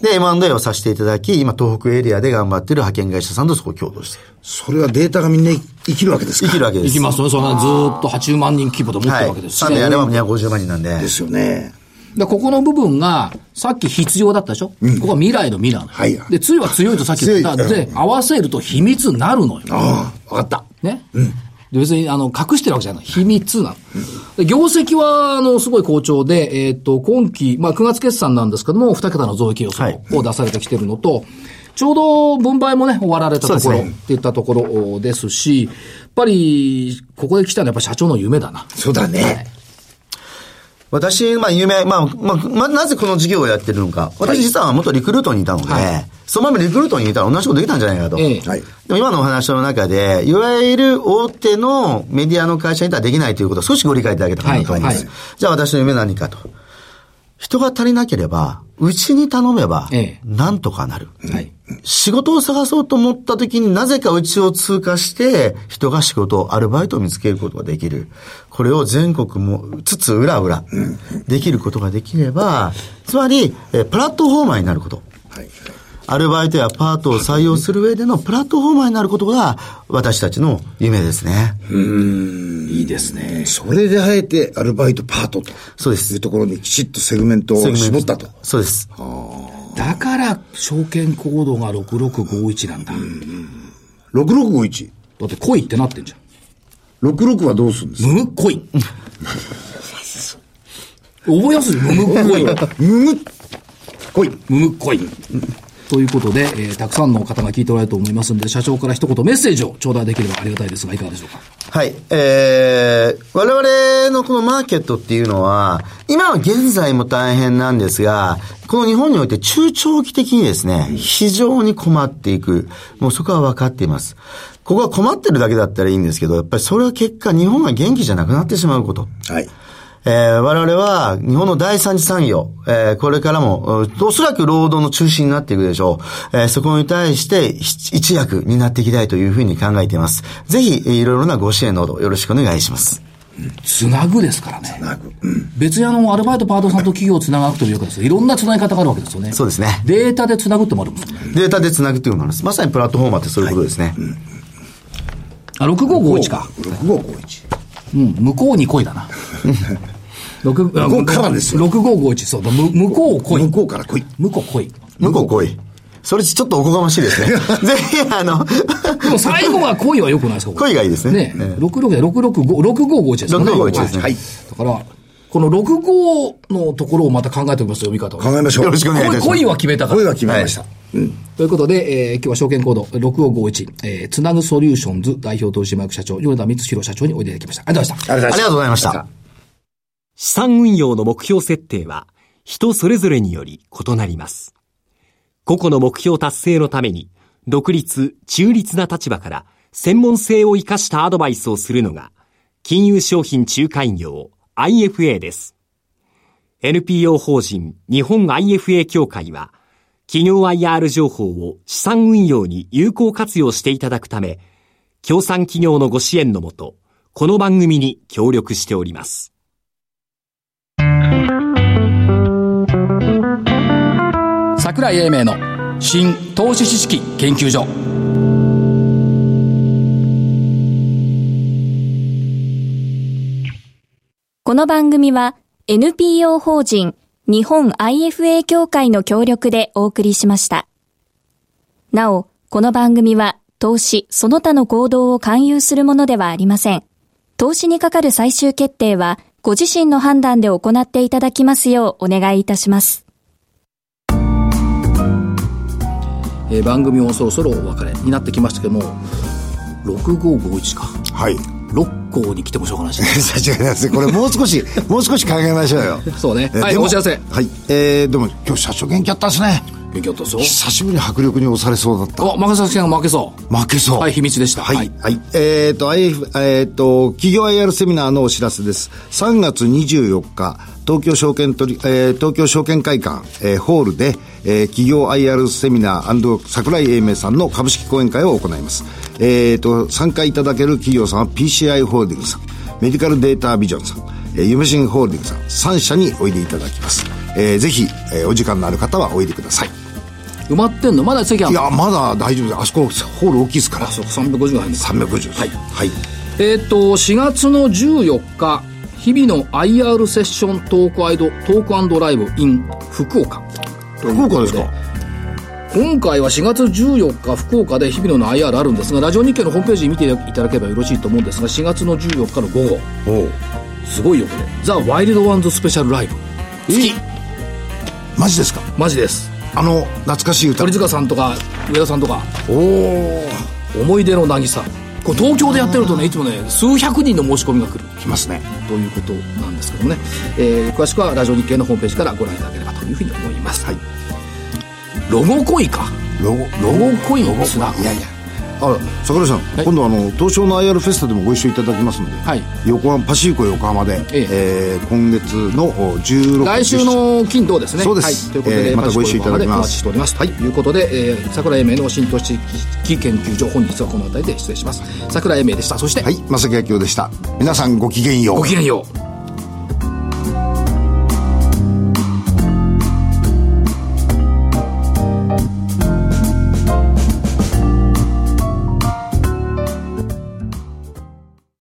Speaker 5: で、M&A をさせていただき、今東北エリアで頑張ってる派遣会社さんとそこを共同している。
Speaker 4: それはデータがみんな生きるわけですか
Speaker 5: 生きるわけです。
Speaker 1: 行きますよね。そんなずーっと80万人規模で持って
Speaker 5: はい。
Speaker 1: るわけですし
Speaker 5: 3
Speaker 1: ね
Speaker 5: 年やれば250万人なんで
Speaker 4: で。すよね。
Speaker 1: で、ここの部分が、さっき必要だったでしょ、ここは未来の未来なの。
Speaker 4: はいはい
Speaker 1: で、強いは強いとさっき言った。
Speaker 4: 強い
Speaker 1: で、合わせると秘密になるのよ。
Speaker 4: ああ、わかった。
Speaker 1: ね。で別に、あの、隠してるわけじゃない。秘密なの。で、業績は、あの、すごい好調で、えーっと、今期、まあ、9月決算なんですけども、2桁の増益予想
Speaker 5: はい
Speaker 1: を出されてきてるのと、ちょうど分配もね、終わられたとこ
Speaker 5: そう
Speaker 1: ろ、
Speaker 5: です
Speaker 1: って
Speaker 5: ね
Speaker 1: 言ったところですし、やっぱり、ここで来たのはやっぱ社長の夢だな。
Speaker 4: そうだね。
Speaker 5: 私、まあ、有名、まあ、まあ、まあなぜこの事業をやってるのか。私実は元リクルートにいたので、
Speaker 1: はい
Speaker 5: そのままリクルートにいたら同じことできたんじゃないかと。
Speaker 1: ええ
Speaker 4: はい。
Speaker 5: でも今のお話の中で、いわゆる大手のメディアの会社にいたらできないということを少しご理解いただけたかなと思います。
Speaker 1: はいは
Speaker 5: じゃあ私の夢何かと。人が足りなければ、うちに頼めば
Speaker 1: ええ、
Speaker 5: なんとかなる。
Speaker 1: はい。
Speaker 5: 仕事を探そうと思った時になぜかうちを通過して、人が仕事を、アルバイトを見つけることができる。これを全国も、つつ裏裏、できることができれば、つまり、えープラットフォーマーになること。
Speaker 4: はい。
Speaker 5: アルバイトやパートを採用する上でのプラットフォーマーになることが私たちの夢ですね。
Speaker 1: いいですね。
Speaker 4: それであえてアルバイトパートと。
Speaker 5: そうです
Speaker 4: いうところにきちっとセグメントを絞ったと。
Speaker 5: そうです。
Speaker 1: だから、証券コードが6651なんだ。
Speaker 4: 6651。
Speaker 1: だって、恋ってなってんじゃん。
Speaker 4: 66はどうするんですか
Speaker 1: むむっこい。覚えやすいむむっこい。
Speaker 4: むむ、来い。
Speaker 1: むむっこい。ということで、えーたくさんの方が聞いておられると思いますので、社長から一言メッセージを頂戴できればありがたいですが、いかがでしょうか。
Speaker 5: はい。えー、我々のこのマーケットっていうのは、今は現在も大変なんですが、この日本において中長期的にですね、非常に困っていく。もうそこは分かっています。ここは困ってるだけだったらいいんですけど、やっぱりそれは結果日本が元気じゃなくなってしまうこと。
Speaker 4: はい。
Speaker 5: えー我々は日本の第三次産業、えーこれからも、うんおそらく労働の中心になっていくでしょう。えーそこに対して一一役になっていきたいというふうに考えています。ぜひ、えーいろいろなご支援などよろしくお願いします。
Speaker 1: つなぐですからね。別にあの、アルバイトパートさんと企業をつながなくてもいいわけですよいろんなつなぎ方があるわけですよね。
Speaker 5: そうですね
Speaker 1: データでつなぐってもあるんですよね。
Speaker 5: データでつなぐというものなんです。まさにプラットフォーマーってそういうことですね。
Speaker 1: あ、6551か。
Speaker 4: 6551。
Speaker 1: うん、向こうに来いだな。 (laughs) 六
Speaker 4: 向こうからですよ
Speaker 1: 6551、そうだ、む向こう来い。
Speaker 4: 向こうから来い。
Speaker 1: 向こう来い。
Speaker 5: 向こう来い。それちょっとおこがましいです (laughs) ね。ぜひ、あの、 (laughs)
Speaker 1: でも最後は恋は良くないですかこれ
Speaker 5: 恋がいいですね
Speaker 1: ね。66で665、6551ですよね。
Speaker 5: 6551ですね
Speaker 1: はい。だから、この65のところをまた考えておきます、読み方を。
Speaker 4: 考えましょう。
Speaker 5: よろしくお願いいたします
Speaker 1: 恋は決めたから。
Speaker 4: 声は決まりました。
Speaker 1: ということで、えー今日は証券コード6551、えー、つなぐソリューションズ代表投資マーク社長、米田光弘社長においでいただきました。ありがとうございました。
Speaker 4: あり
Speaker 5: あ
Speaker 4: が
Speaker 5: りがとうございまし
Speaker 4: ありがとうございました
Speaker 5: た。
Speaker 6: 資産運用の目標設定は人それぞれにより異なります。個々の目標達成のために独立、中立な立場から専門性を生かしたアドバイスをするのが金融商品仲介業 IFA です。NPO 法人日本 IFA 協会は企業 IR 情報を資産運用に有効活用していただくため、協賛企業のご支援のもと、この番組に協力しております。
Speaker 1: 桜井英明の新投資知識研究所
Speaker 2: この番組は NPO 法人日本 IFA 協会の協力でお送りしました。なお、この番組は投資その他の行動を勧誘するものではありません。投資にかかる最終決定はご自身の判断で行っていただきますようお願いいたします。
Speaker 1: えー番組もそろそろお別れになってきましたけども6551か
Speaker 3: はい。
Speaker 1: 六甲に来てもしょうがないし
Speaker 3: 差し上げます。これもう
Speaker 4: (laughs)
Speaker 3: 少し、もう少し考えましょうよ。
Speaker 1: そうね
Speaker 3: え
Speaker 1: はい
Speaker 3: でも
Speaker 1: お知らせ
Speaker 3: はい。えー、でも今日社長元気あったですね。
Speaker 1: 勉強だったです
Speaker 3: 久しぶりに迫力に押されそうだった。
Speaker 1: よあ負けさせが負けそう
Speaker 3: 負けそう。
Speaker 1: はい秘密でした
Speaker 3: はい。
Speaker 1: は
Speaker 3: はいい。えっ、と、IF、えっ、と、企業 IR セミナーのお知らせです。3月24日、東京証券取り、えー東京証券会館、えーホールで、えー企業 IR セミナー桜井英明さんの株式講演会を行います。えっ、と、参加いただける企業さんは PCI ホールディングスさん、メディカルデータビジョンさん、えー、夢新ホールディングスさん、3社においでいただきます。えーぜひ、えーお時間のある方はおいでください。
Speaker 1: 埋まってんのまだ席あ
Speaker 3: い
Speaker 1: る
Speaker 3: や、まだ大丈夫です。あそこ、ホール大きいですから。
Speaker 1: あそうか350が入る
Speaker 3: 350
Speaker 1: はい
Speaker 3: はい
Speaker 1: えーっと4月の14日日々の IR セッショントークアイドトークライブ in 福岡
Speaker 3: 福岡ですか
Speaker 1: 今回は4月14日福岡で日々野の IR あるんですがラジオ日経のホームページ見ていただければよろしいと思うんですが4月の14日の午後すごいよこれ「ザ・ワイルド・ワンズ・スペシャル・ライブ」好き
Speaker 3: マジですか
Speaker 1: マジです
Speaker 3: あの懐かしい歌
Speaker 1: 鳥塚さんとか上田さんとか
Speaker 3: おお
Speaker 1: 思い出の渚これ東京でやってるとねいつもね数百人の申し込みが来る
Speaker 3: きますね
Speaker 1: ということなんですけどもね、えー詳しくはラジオ日経のホームページからご覧いただければというふうに思います、はい、ロゴ恋か
Speaker 3: ロゴ
Speaker 1: ロゴ恋をつなぐ
Speaker 3: いやいやあ桜井さん、
Speaker 1: い
Speaker 3: 今度あの東証の IR フェスタでもご一緒いただきますので、
Speaker 1: はい
Speaker 3: 横浜パシフィコ横浜で、
Speaker 1: え
Speaker 3: えー今月のお16
Speaker 1: 来週の金土ですね。
Speaker 3: そうです
Speaker 1: はい、ということで、
Speaker 3: えーまたご一緒いただきま
Speaker 1: パチコロまでお
Speaker 3: す
Speaker 1: 待ちしております。ということで、えー、桜井英明の新投資知識研究所、本日はこの辺りで失礼します。桜井英明でした。そして、
Speaker 3: はい正木明夫でした皆さんごきげんよう
Speaker 1: ごきげんよう。